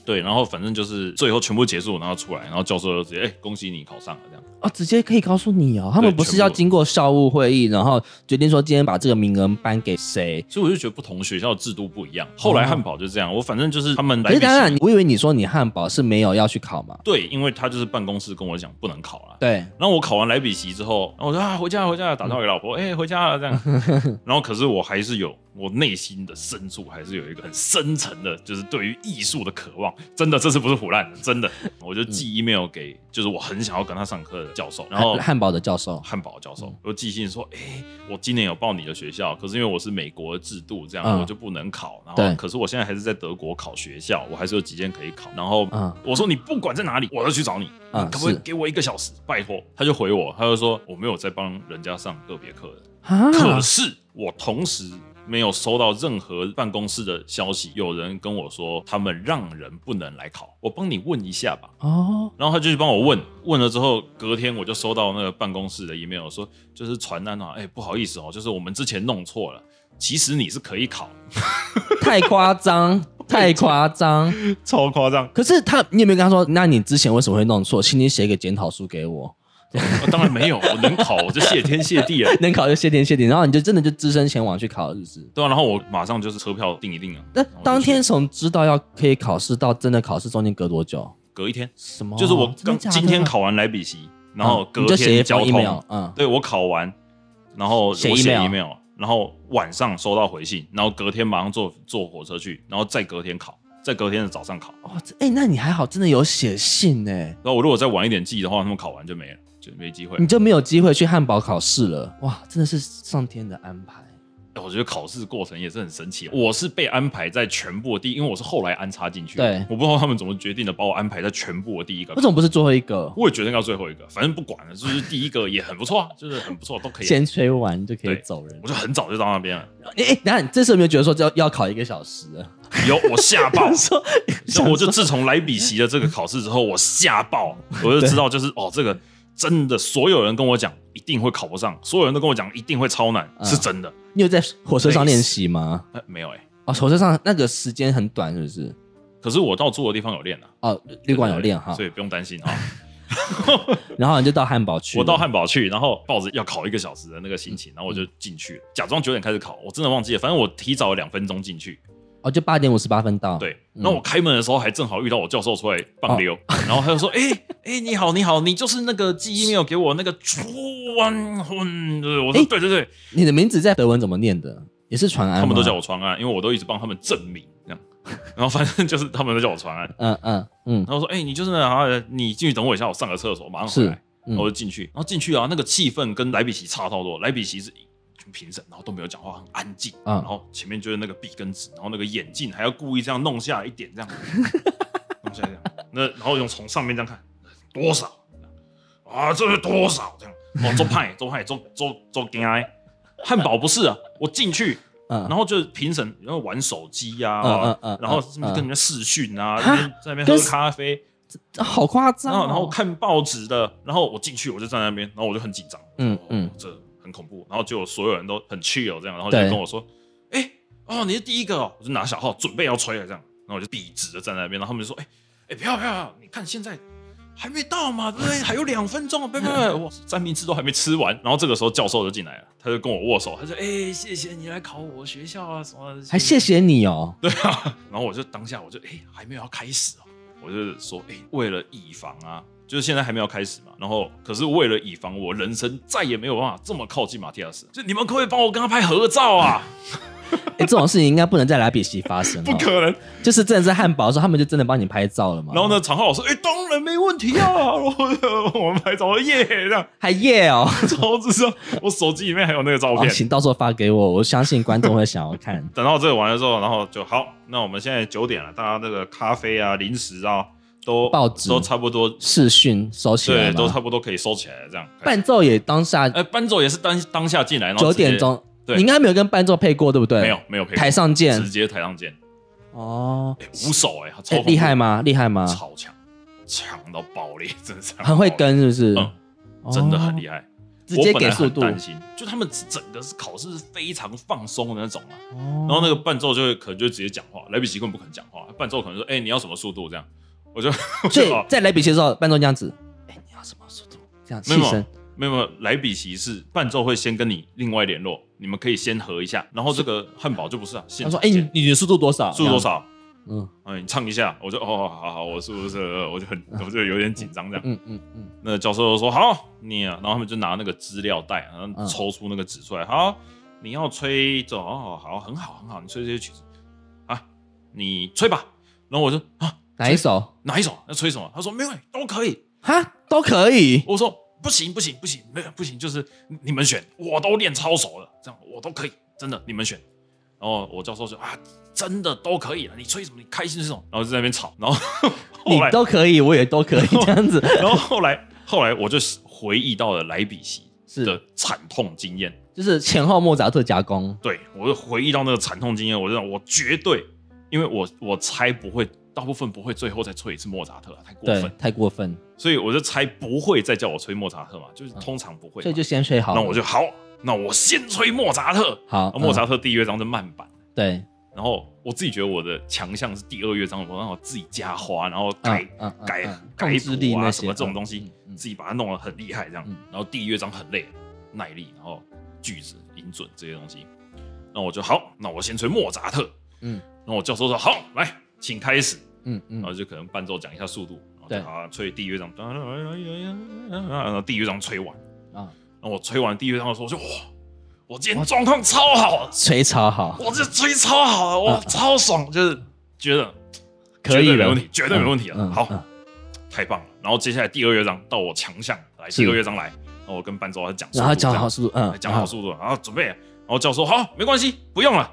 S2: 对，然后反正就是最后全部结束，然后出来，然后教授就直接哎、恭喜你考上了这样。
S1: 哦，直接可以告诉你哦，他们
S2: 对
S1: 不是
S2: 全部
S1: 要经过校务会议，然后决定说今天把这个名额颁给谁。
S2: 所以我就觉得不同学校的制度不一样。后来汉堡就这样，我反正就是他们
S1: 可
S2: 来比
S1: 是
S2: 起
S1: 当然，我以为你说你汉堡是没有要去考嘛？
S2: 对，因为他就是办公室跟我讲不能考了。
S1: 对，
S2: 然后我考完莱比锡之后，然后我说啊，回家了回家了，打电话给老婆，哎、回家了这样。然后可是我还是有我内心的深处还是有一个很深层的，就是对于艺术的渴望。真的，这次不是胡乱的，真的，我就寄 email 给就是我很想要跟他上课的教授，然后
S1: 汉汉堡的教授，
S2: 汉堡教
S1: 嗯
S2: 授，我寄信说，哎、我今年有报你的学校，可是因为我是美国的制度，这样、
S1: 嗯
S2: 我就不能考。然
S1: 对
S2: 后，可是我现在还是在德国考学校，我还是有几间可以考。然后、
S1: 嗯
S2: 我说你不管在哪里，我要去找你，
S1: 嗯
S2: 可不可以
S1: 是
S2: 给我一个小时？拜托，他就回我，他就说我没有在帮人家上个别课的，
S1: 啊
S2: 可是我同时。没有收到任何办公室的消息，有人跟我说他们让人不能来考，我帮你问一下吧。
S1: 哦，
S2: 然后他就去帮我问，问了之后，隔天我就收到那个办公室的 email 说，就是传单啊，哎、不好意思哦，就是我们之前弄错了，其实你是可 以考，
S1: 太夸张，太夸张。
S2: 超夸张、
S1: 可是他，你有没有跟他说？那你之前为什么会弄错？请你写个检讨书给我，
S2: 呃当然没有，我能考我就谢天谢地了，
S1: 能考就谢天谢地。然后你就真的就只身前往去考，是不是？
S2: 对啊，然后我马上就是车票订一订啊，
S1: 那
S2: 然后我就去
S1: 当天从知道要可以考试到真的考试中间隔多久？
S2: 隔一天，
S1: 什么？
S2: 就是我
S1: 真
S2: 刚
S1: 的假的
S2: 今天，考完莱比锡，然后
S1: 嗯
S2: 隔
S1: 你就写一
S2: 天
S1: 封
S2: 交通，
S1: email，嗯，
S2: 对我考完，然后我
S1: 写
S2: 写
S1: email
S2: email，然后晚上收到回信，然后隔天马上坐坐火车去，然后再隔天考，再隔天的早上考。
S1: 哇，这哎、那你还好，真的有写信哎、
S2: 然后我如果再晚一点寄的话，他们考完就没了，就没机会了
S1: 你。就没有机会去汉堡考试了。哇，真的是上天的安排。
S2: 我觉得考试过程也是很神奇。我是被安排在全部的第一，因为我是后来安插进去的。
S1: 对
S2: 我不知道他们怎么决定的，把我安排在全部的第一个
S1: 为。什么不是最后一个？
S2: 我也决定要最后一个，反正不管了，就是第一个也很 不错啊，就是很不错，都可以。
S1: 先吹完就可以
S2: 对
S1: 走人
S2: 我。就很早就到那边了，
S1: 哎、欸，等一下你这次有没有觉得说要要考一个小时了？
S2: 有我吓 爆，
S1: 说，
S2: 所以我就自从莱比锡的这个考试之后，我吓 爆，我就知道就是哦，这个真的，所有人跟我讲一定会考不上，所有人都跟我讲一定会超难，
S1: 嗯
S2: 是真的。
S1: 你有在火车上练习吗？
S2: 呃没有哎、欸
S1: 哦，火车上那个时间很短，是不是？
S2: 可是我到住的地方有练啊，
S1: 哦，旅馆有练哈
S2: 所，以不用 担心啊。
S1: 然后你就到汉堡去了。
S2: 我到汉堡去，然后抱着要考一个小时的那个心
S1: 嗯
S2: 情，然后我就进去，假装九点开始考，我真的忘记了，反正我提早了两分钟进去。
S1: 哦，嗯就八点五十八分到。，
S2: 对，那我开门的时候还正好遇到我教授出来棒
S1: 哦
S2: 溜，然后他就说：“哎哎、你好，你好，你就是那个寄 email 给我那个川混。”对，我说：“
S1: 哎
S2: 对对对，
S1: 你的名字在德文怎么念的？也是传安吗
S2: 他们都叫。我川安，因为我都一直帮他们证明这样。然后反正就是他们都叫我啊川安。
S1: 嗯嗯嗯，
S2: 然后说：“哎、你就是那啊，你进去等我一下，我上个厕所，马上回
S1: 是嗯
S2: 来。”然后我就进去，然后进去啊，那个气氛跟莱比锡差超多。莱比锡是一群评审，然后都没有讲话，很安静。
S1: 嗯
S2: 然后前面就是那个笔跟纸，然后那个眼镜还要故意这样弄下来一点，这样弄下来这样。那然后用从上面这样看，多少啊？这是多少这样？哦，周派周派周周周 g i 汉堡不是啊，我进去。
S1: 嗯，
S2: 然后就是评审，然后玩手机呀、
S1: 嗯嗯嗯
S2: 然后
S1: 嗯
S2: 是不是跟人家视讯啊，
S1: 哈
S2: 在那边在那边
S1: 跟
S2: 喝咖啡，
S1: 啊好夸张哦。
S2: 然后然后看报纸的，然后我进去我就站在那边，然后我就很紧张，
S1: 嗯
S2: 哦
S1: 嗯
S2: 这很恐怖，然后结果所有人都很 chill 这样，然后就
S1: 对
S2: 跟我说，哎、哦你是第一个哦，我就拿小号准备要吹了这样，然后我就笔直的站在那边，然后他们就说，哎、哎、不要不要不要，你看现在。还没到 嘛，对不对？还有两分钟，拜拜！我三明治都还没吃完，然后这个时候教授就进来了，他就跟我握手，他说：“哎、谢谢你来考我学校啊，什么的
S1: 还谢谢你哦。
S2: 对啊，然后我就当下我就哎、还没有要开始哦，我就说哎、为了以防啊，就是现在还没有开始嘛，然后可是为了以防我人生再也没有办法这么靠近马蒂亚斯，就你们可不可以帮我跟他拍合 照啊？
S1: 哎，这种事情应该不能在莱比锡发生。哦
S2: 不。可能。
S1: 就是真的在汉堡的时候，他们就真的帮你拍照了嘛。
S2: 啊然后？呢，常浩老师哎、当然没问题啊， 然后就我们拍照耶这样，
S1: 还耶哦！
S2: 超智障，我手机里面还有那个照
S1: 哦
S2: 片。
S1: 请到时候发给我，我相信观众会想要看。
S2: 等到这个完了之后，然后就好，那我们现在九点了，大家那个咖啡啊、零食啊，都
S1: 报纸
S2: 都差不多，
S1: 视讯收起来
S2: 对，
S1: 嘛
S2: 都差不多可以收起来了这样。
S1: 伴奏也当下
S2: 哎呃，搬走也是当当下进来，然后
S1: 九
S2: 直接
S1: 点，钟，
S2: 对
S1: 你应该没有跟伴奏配过，对不对？
S2: 没有没有配过
S1: 台上见
S2: 直接台上见，
S1: 哦，
S2: 哎五手哎，他超
S1: 哎
S2: 恐怖
S1: 厉害？吗？厉害吗？
S2: 超强，强到爆裂，真的是强到
S1: 很会
S2: 爆裂，
S1: 跟是不是？
S2: 嗯真的很
S1: 害。
S2: 厉害。
S1: 直接
S2: 我本来
S1: 给速
S2: 很
S1: 度
S2: 担心，就他们整个是考试是非常放松的那种啊。
S1: 然
S2: 然后那个伴奏就会可能就直接讲话，莱比锡根本不肯讲话，伴奏可能说：“哎、你要什么速度？”这样，我就
S1: 所
S2: 我就
S1: 以
S2: 哦
S1: 在雷比奇的时候，伴奏这样子，哎，你要什么速度？这样气
S2: 没有
S1: 声，
S2: 没有没有，莱比锡是伴奏会先跟你另外联络，你们可以先合一下。然后这个汉堡就不是啊，现
S1: 他说：“
S2: 场
S1: 哎，
S2: 见
S1: 你你的速度多少？
S2: 速度多？”少？
S1: 嗯
S2: 嗯，你唱一下，我就哦，好好好，我是不是我就很我就有点紧张这样。
S1: 嗯嗯嗯，
S2: 那教授就说好，你、啊，然后他们就拿那个资料袋，然
S1: 嗯
S2: 后抽出那个纸出来，好，你要吹这，哦，好，很好，很好，你吹这些曲子啊，你吹吧。然后我就啊，
S1: 哪一首？
S2: 哪一首？要吹什么？他说没有，都可以。
S1: 哈，都可以。
S2: 我说不行，不行，不行，没有不行，就是你你们选，我都练超熟了，这样我都可以，真的，你们选。然后我教授就啊，真的都可以了，你吹什么，你开心就这种。然后就在那边吵，然后
S1: 你
S2: 后来
S1: 都可以，我也都可以这样 子，
S2: 然后后来，后来我就回忆到了莱比锡
S1: 是
S2: 的惨痛经验。
S1: 就是前后莫扎特加工。
S2: 对我就回忆到那个惨痛经验，我就想我绝对，因为我我猜不会，大部分不会最后再吹一次莫扎特、啊，太过
S1: 对
S2: 分，，
S1: 太过分，
S2: 所以我就猜不会再叫我吹莫扎特嘛，就是通常不
S1: 嗯
S2: 会嘛。
S1: 所以就先吹好。
S2: 那我就好，那我先吹莫扎特。
S1: 好
S2: 然后莫
S1: 嗯
S2: 扎特第一乐章是慢板，
S1: 对，
S2: 然后我自己觉得我的强项是第二乐章，我让我自己加花，然后改、
S1: 嗯嗯嗯
S2: 改、
S1: 嗯
S2: 改
S1: 控制力
S2: 谱啊
S1: 那
S2: 什么
S1: 些
S2: 这种
S1: 嗯
S2: 东西，
S1: 嗯嗯
S2: 自己把它弄得很厉害这样。
S1: 嗯
S2: 然后第一乐章很累，耐力，然后句子、音准这些东西。那我就好，那我先吹莫扎特。
S1: 嗯
S2: 然后我教授说好，来，请开始。
S1: 嗯
S2: 然
S1: 嗯，
S2: 后就可能伴奏讲一下速度，
S1: 对
S2: 然后就啊吹第一乐章，然后第一乐章吹完，
S1: 啊，
S2: 然后我吹完第一乐章的时候，我就哇，我今天状况超好，啊
S1: 吹超好，
S2: 我这吹超好了，我
S1: 嗯
S2: 超爽，就是觉得
S1: 可以
S2: 绝对没
S1: 了
S2: 问题，绝对没问题了。
S1: 嗯嗯
S2: 好
S1: 嗯，
S2: 太棒了。然后接下来第二乐章到我强项来，
S1: 是
S2: 第二乐章来，然后我跟伴奏他讲速度，
S1: 然后讲
S2: 这样
S1: 好速度，嗯，
S2: 哎讲好速度，然后准备，然后教授好，没关系，不用了，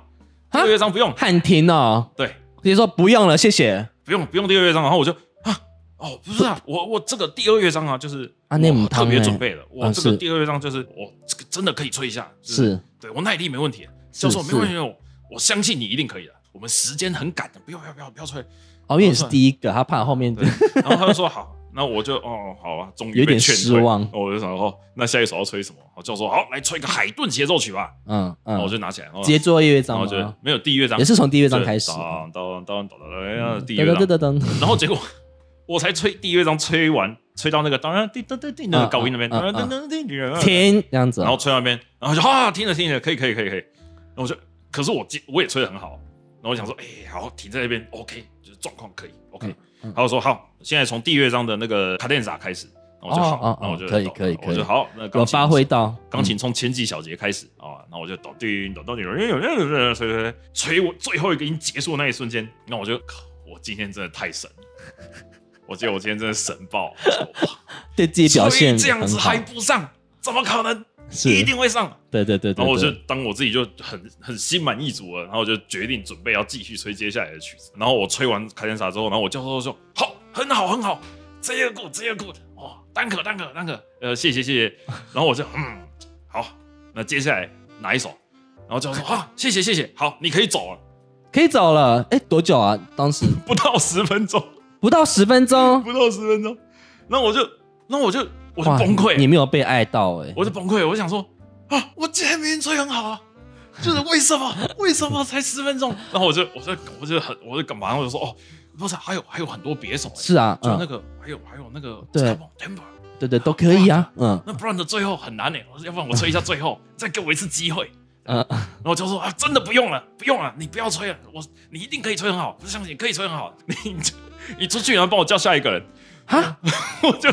S2: 第
S1: 啊
S2: 二乐章不用
S1: 度，喊停哦，
S2: 对，
S1: 直接说不用了，谢谢。
S2: 不用不用第二乐章，然后我就啊。哦，不是 啊，我我这个第二乐章啊，就是
S1: 啊那
S2: 我
S1: 母
S2: 特
S1: 汤
S2: 别
S1: 欸
S2: 准备了。我
S1: 嗯
S2: 这个
S1: 是，
S2: 第二乐章就是我这个真的可以吹一下，就是对我耐力没问题，啊
S1: 是
S2: 教授没
S1: 是
S2: 问题，我我相信你一定可以的。我们时间很赶的，不要不要不要不要催。
S1: 哦，因为你是第一个，他怕后面
S2: 对，然后他就说好，那我就哦好啊，终于
S1: 有
S2: 被
S1: 点
S2: 劝
S1: 失
S2: 退
S1: 望
S2: 我就想哦，那下一首要吹什么？我教授好，来吹个海顿协奏曲吧。
S1: 嗯
S2: 然后我
S1: 嗯，
S2: 就拿起来，然后
S1: 直接做乐
S2: 然
S1: 章
S2: 后就
S1: 吗？
S2: 没有第一乐章，
S1: 也是从第一乐章
S2: 就
S1: 开始。
S2: 当当当当当当，第一乐
S1: 噔噔
S2: 章，
S1: 噔噔噔，
S2: 然后结果我才吹第一乐章，吹完吹到那个当然叮噔噔叮那个高音那边，
S1: 嗯
S2: 当
S1: 嗯嗯
S2: 当当叮
S1: 停，这样子哦。
S2: 然后吹到那边，然后就啊，听着听着，可以可以可以可以。然后我就，可是我接我也吹得很好，然后我想说，哎、好，停在那边，OK，就是状况可以，OK。
S1: 嗯嗯
S2: 他就说好，现在从第乐章的那个卡顿萨开始，然后我就
S1: 哦
S2: 好，
S1: 哦哦
S2: 然后我就
S1: 可以
S2: 懂
S1: 可以
S2: 我
S1: 可
S2: 就
S1: 以
S2: 好，那钢
S1: 有
S2: 琴
S1: 发挥到嗯
S2: 钢琴从前几小节开始啊，那我就抖叮抖到你，吹吹吹，吹我最后一个音结束的那一瞬间，那我就靠，我今天真的太神了，我觉得我今天真的神爆，我说哇
S1: 嗯对自己表现
S2: 所以这样
S1: 很
S2: 子
S1: 好
S2: 还，不上，怎么可能？
S1: 是
S2: 一定会上。
S1: 对对对对。
S2: 然后我就
S1: 对
S2: 当我自己就很很心满意足了，然后我就决定准备要继续吹接下来的曲子。然后我吹完《卡天莎》之后，然后我教授说：“好，很好，很好，这个 good，这个 good，哦，单可单可单可，呃，谢谢 谢谢。”然后我就嗯，好，那接下来哪一首？然后教授说：“啊，谢谢谢谢，好，你可以走了。
S1: 可以走了。哎，多久啊？当时”
S2: 不到十分钟，
S1: 不到十分钟，
S2: 不到十分钟，那我就那我就我就
S1: 哇
S2: 崩溃，
S1: 你没有被爱到哎。
S2: 我就崩溃，我就想说啊，我今天明明吹很好啊，就是为 什么为什么才十分钟？然后我就我就我就很我就干嘛？我就说哦，不是，还有还有很多别首、欸，
S1: 是啊，
S2: 就那
S1: 嗯，
S2: 个、还有还有那个
S1: 对
S2: temper，
S1: 对对，都可以啊，嗯
S2: 那不然的最后很难哎、我说要不然我吹一下最后，再给我一次机会。
S1: 嗯，
S2: 然后我就说啊，真的不用了，不用了，你不要吹了，我你一定可以吹很好，不相信你可以吹很好，你你出去然后帮我叫下一个人，
S1: 哈，
S2: 我就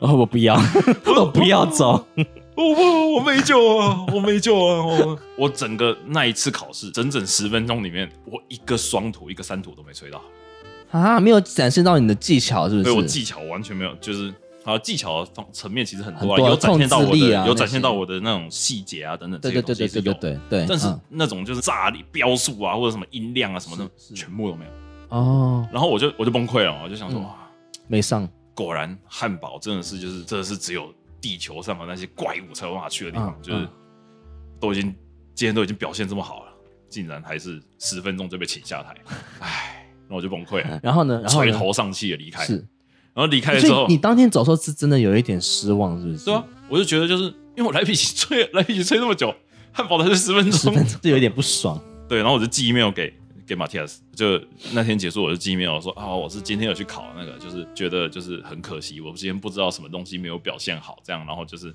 S1: 哦我不 要，我不要走，
S2: 我哦不，我没救啊，我没救啊！我 我整个那一次考试，整整十分钟里面，我一个双图，一个三图都没吹到，
S1: 啊，没有展示到你的技巧是不是？
S2: 所以我技巧完全没有，就是好技巧方层面其实很多、
S1: 很
S2: 啊，
S1: 多啊
S2: 有展现到我
S1: 控制力
S2: 的，
S1: 啊
S2: 有展现
S1: 那些
S2: 到我的那种细节啊等等，
S1: 对对对对对对。对对，
S2: 但是
S1: 嗯
S2: 那种就是炸力标速啊，或者什么音量啊什么的，
S1: 是是
S2: 全部都没有。
S1: 哦，
S2: 然后我就我就崩溃了，我就想说，
S1: 嗯
S2: 哇
S1: 没上，
S2: 果然汉堡真
S1: 嗯
S2: 的是就是真的是只有地球上的那些怪物才有办法去的地方，
S1: 嗯
S2: 就是
S1: 嗯
S2: 都已经今天都已经表现这么好了，竟然还是十分钟就被请下台，唉，那我就崩溃了，
S1: 然后呢， 然后
S2: 垂
S1: 呢
S2: 头丧气的离开。
S1: 是，
S2: 然后离开的
S1: 所
S2: 时候
S1: 以，你当天走的时候是真的有一点失望，是不是？
S2: 对啊，我就觉得就是因为我来不及吹，来不及吹那么久，汉堡才是十分
S1: 十
S2: 钟
S1: 分，钟就有点不 爽。
S2: 对，然后我就寄 email 给给马蒂亚斯，就那天结束我就寄 email 说啊，我是今天有去考那个，就是觉得就是很可惜，我今天不知道什么东西没有表现好，这样，然后就是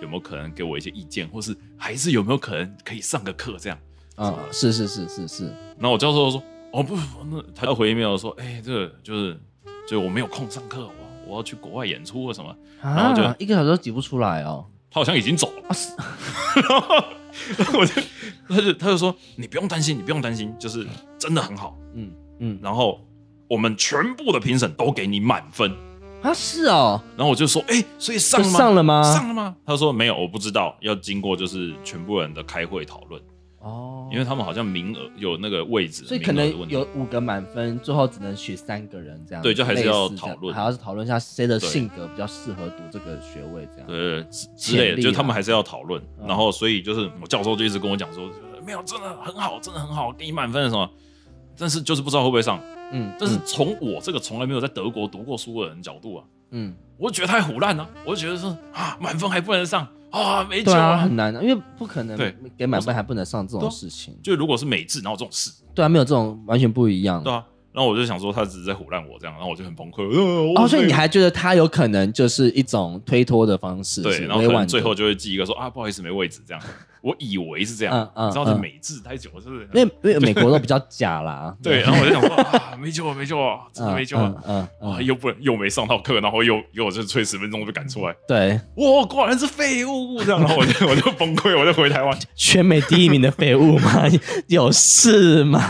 S2: 有没有可能给我一些意见，或是还是有没有可能可以上个课这样。
S1: 啊，是是是是是，
S2: 然后我教授说哦不，那他就回 email 说，哎、这个就是就我没有空上课，我我要去国外演出或什么，然后就
S1: 啊，一个小时都挤不出来哦。
S2: 他好像已经走了。然后 然后我就他就他就说你不用担心，你不用担心，就是真的很好。
S1: 嗯嗯，
S2: 然后我们全部的评审都给你满分。
S1: 啊是哦，
S2: 然后我就说，哎、所以上
S1: 就
S2: 吗？
S1: 上了吗
S2: 上了吗？他说没有，我不知道，要经过就是全部人的开会讨论，
S1: 哦，
S2: 因为他们好像名额有那个位置，
S1: 所以可
S2: 名额的问
S1: 能
S2: 题
S1: 有五个满分，最后只能选三个人这样。
S2: 对就还是
S1: 类似
S2: 要
S1: 这样
S2: 讨论
S1: 还要讨论一下谁的
S2: 对
S1: 性格比较适合读这个学位这样。
S2: 呃之之
S1: 潜
S2: 类的，
S1: 力啊
S2: 就是他们还是要讨论。
S1: 嗯
S2: 然后所以就是我教授就一直跟我讲说，没有，真的很好，真的很好，给你满分的什么，但是就是不知道会不会上。
S1: 嗯，
S2: 但是从我这个从来没有在德国读过书的人角度啊，
S1: 嗯，嗯
S2: 我就觉得太胡乱了，我就觉得是啊，满分还不能上啊，没救
S1: 对啊，
S2: 啊！
S1: 很难的，因为不可能
S2: 对
S1: 给满分还不能上这
S2: 对
S1: 种
S2: 啊
S1: 事情。
S2: 就如果是美制，然后这种事，
S1: 对啊，没有这种完全不一样。
S2: 对啊，然后我就想说他只是在胡乱我这样，然后我就很崩溃。呃我
S1: 哦，所以你还觉得他有可能就是一种推脱的方式，
S2: 对，
S1: 是
S2: 然后
S1: 委
S2: 可
S1: 婉
S2: 能
S1: 的
S2: 最后就会记一个说啊，不好意思，没位置 这样。我以为是这样，
S1: 嗯嗯
S2: 你知道这
S1: 嗯
S2: 美制太久了，是不是？，
S1: 因为因为美国都比较假啦
S2: 对，然后我就想 说啊，没救了，没救了，
S1: 嗯，
S2: 真的没救了。
S1: 嗯嗯
S2: 啊，
S1: 嗯，
S2: 又不能又没上到课，然后又又就是吹十分钟就被赶出来，
S1: 对，
S2: 哇，果然是废物这样，然后我就 我就崩溃，我就回台湾，
S1: 全美第一名的废物 吗？有事吗？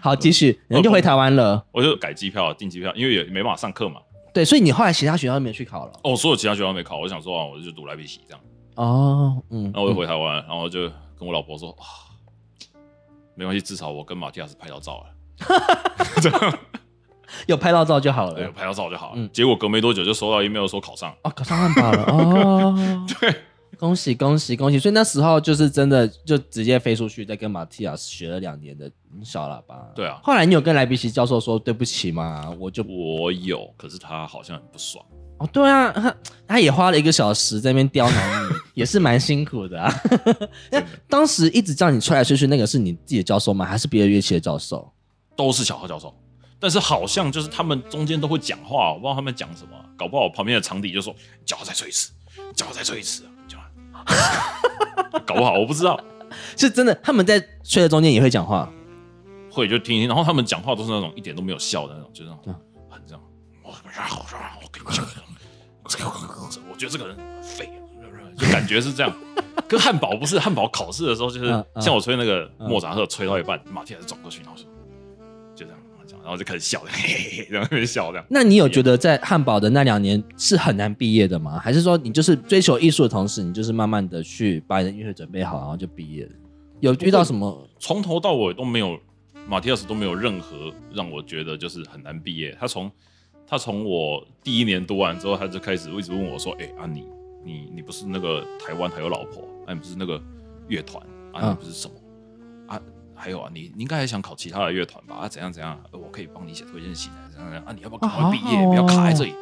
S1: 好，继续，人就回台湾了。
S2: 我就改机票订机票，因为也没办法上课嘛。
S1: 对，所以你后来其他学校都没有去考了。
S2: 哦，所有其他学校没考，我想说啊，我就读莱比锡这样。
S1: 哦，嗯，
S2: 然后我就回台湾，然后就跟我老婆说啊，没关系，至少我跟马蒂亚斯拍到照了，
S1: 有拍到照就好
S2: 对，
S1: 了。
S2: 拍到照就好了。
S1: 嗯
S2: 结果隔没多久就收到 email 说考上了，
S1: 哦，考上汉堡 了。哦，对，恭喜恭喜恭喜！所以那时候就是真的就直接飞出去，再跟马蒂亚斯学了两年的小喇叭。
S2: 对啊
S1: 后来你有跟莱比锡教授说对不起吗？我就
S2: 我有，可是他好像很不爽。
S1: 哦，对啊，他他也花了一个小时在那边刁难你，也是蛮辛苦的啊。那 当时一直叫你吹来吹去，那个是你自己的教授吗？还是别的乐器的教授？
S2: 都是小何教授，但是好像就是他们中间都会讲话，我不知道他们讲什么，搞不好旁边的长笛就说叫我再吹一次，叫我再吹一次，叫我 搞不好我不知道，
S1: 是真的，他们在吹的中间也会讲话。
S2: 会就听一听，然后他们讲话都是那种一点都没有笑的那种，就是那
S1: 嗯
S2: 种很这样，我好我跟你讲，这个我觉得这个人很废，就感觉是这样。可是汉堡不是汉堡考试的时候，就是
S1: 嗯嗯
S2: 像我吹那个莫扎特，吹到一半，马蒂还是转过去，然后说就这样讲，然后就开始笑，嘿嘿嘿，然后开始笑这样。
S1: 那你有觉得在汉堡的那两年是很难毕业的吗？还是说你就是追求艺术的同时，你就是慢慢的去把你的音乐准备好，然后就毕业了？有遇到什么？
S2: 从头到尾都没有，马蒂亚斯都没有任何让我觉得就是很难毕业。他从他从我第一年读完之后，他就开始一直问我说：“哎、啊你你你不是那个台湾还有老婆？啊你不是那个乐团啊
S1: 嗯
S2: 你不是什么、啊？还有啊你你应该还想考其他的乐团吧？啊怎样怎样？呃我可以帮你写推荐信啊怎样怎样啊你要不要赶快毕业？
S1: 啊好好哦
S2: 不要卡在这里。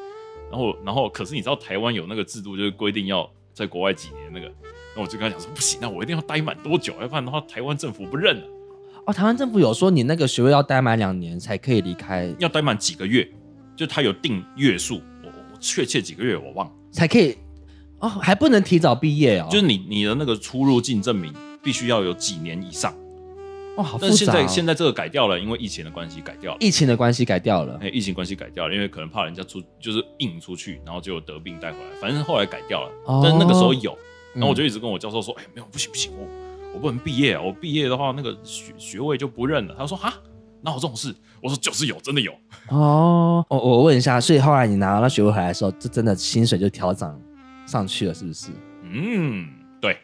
S2: 然后然后可是你知道台湾有那个制度，就是规定要在国外几年那个。”那我就跟他讲说不行，那我一定要待满多久，要不然的话台湾政府不认啊
S1: 哦，台湾政府有说你那个学位要待满两年才可以离开，
S2: 要待满几个月，就他有定月数，我我确切几个月我忘了，
S1: 才可以哦，还不能提早毕业哦。
S2: 就是你你的那个出入境证明必须要有几年以上，
S1: 哇、好复
S2: 但
S1: 杂、哦。
S2: 是现在现在这个改掉了，因为疫情的关系改掉了。
S1: 疫情的关系改掉了。
S2: 哎，疫情关系改掉了，因为可能怕人家出就是硬出去，然后就得病带回来，反正后来改掉了。
S1: 哦
S2: 但是那个时候有，
S1: 嗯
S2: 然后我就一直跟我教授说：“哎、没有，不行不行，我我不能毕业，啊我毕业的话那个学学位就不认了。”他说：“哈，哪有这种事？”我说：“就是有，真的有。
S1: 哦，我我问一下，所以后来你拿到学位回来的时候，这真的薪水就调涨上去了，是不是？”
S2: 嗯，对，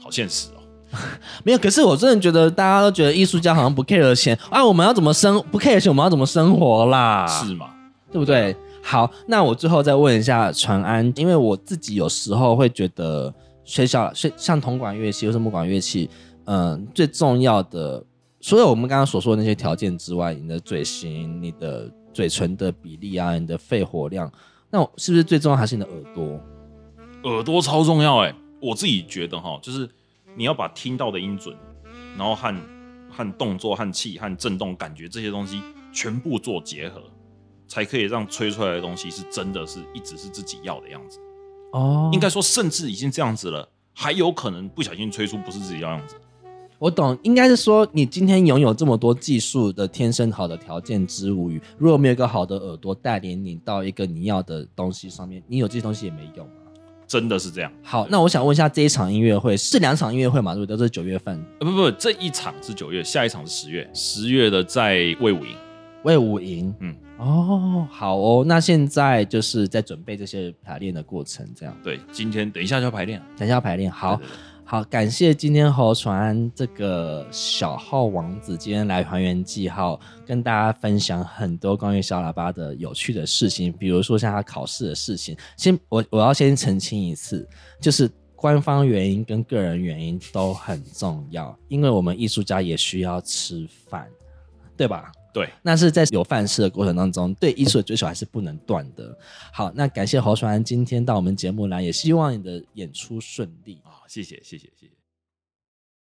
S2: 好现实哦。
S1: 没有，可是我真的觉得大家都觉得艺术家好像不 care 钱啊，我们要怎么生不 care 钱，我们要怎么生活啦？
S2: 是吗？
S1: 对不对？啊好，那我最后再问一下传安，因为我自己有时候会觉得吹小吹像铜管乐器或是木管乐器，嗯，最重要的，除了我们刚刚所说的那些条件之外，你的嘴型、你的嘴唇的比例啊、你的肺活量，那是不是最重要还是你的耳朵？
S2: 耳朵超重要哎、我自己觉得哈，就是你要把听到的音准，然后和和动作、和气、和震动感觉这些东西全部做结合，才可以让吹出来的东西是真的是一直是自己要的样子。
S1: 哦
S2: 应该说，甚至已经这样子了，还有可能不小心吹出不是自己要的样子。
S1: 我懂，应该是说你今天拥有这么多技术的天生好的条件之余，如果没有一个好的耳朵带领你到一个你要的东西上面，你有这些东西也没用啊。
S2: 真的是这样？
S1: 好，那我想问一下，这一场音乐会是两场音乐会嘛？对不对？都是九月份，
S2: 呃，不不，这一场是九月，下一场是十月。十月的在魏武营，
S1: 魏武营。
S2: 嗯，
S1: 哦，好哦，那现在就是在准备这些排练的过程，这样
S2: 对，今天等一下就要排练了。
S1: 等一下要排练。好，
S2: 对，对对
S1: 好，感谢今天侯传安这个小号王子今天来还原记号，跟大家分享很多关于小喇叭的有趣的事情，比如说像他考试的事情。先，我我要先澄清一次，就是官方原因跟个人原因都很重要，因为我们艺术家也需要吃饭，对吧？
S2: 对，
S1: 那是在有饭吃的过程当中，对艺术的追求还是不能断的。好，那感谢侯传安今天到我们节目来，也希望你的演出顺利。
S2: 啊，谢谢谢谢谢谢。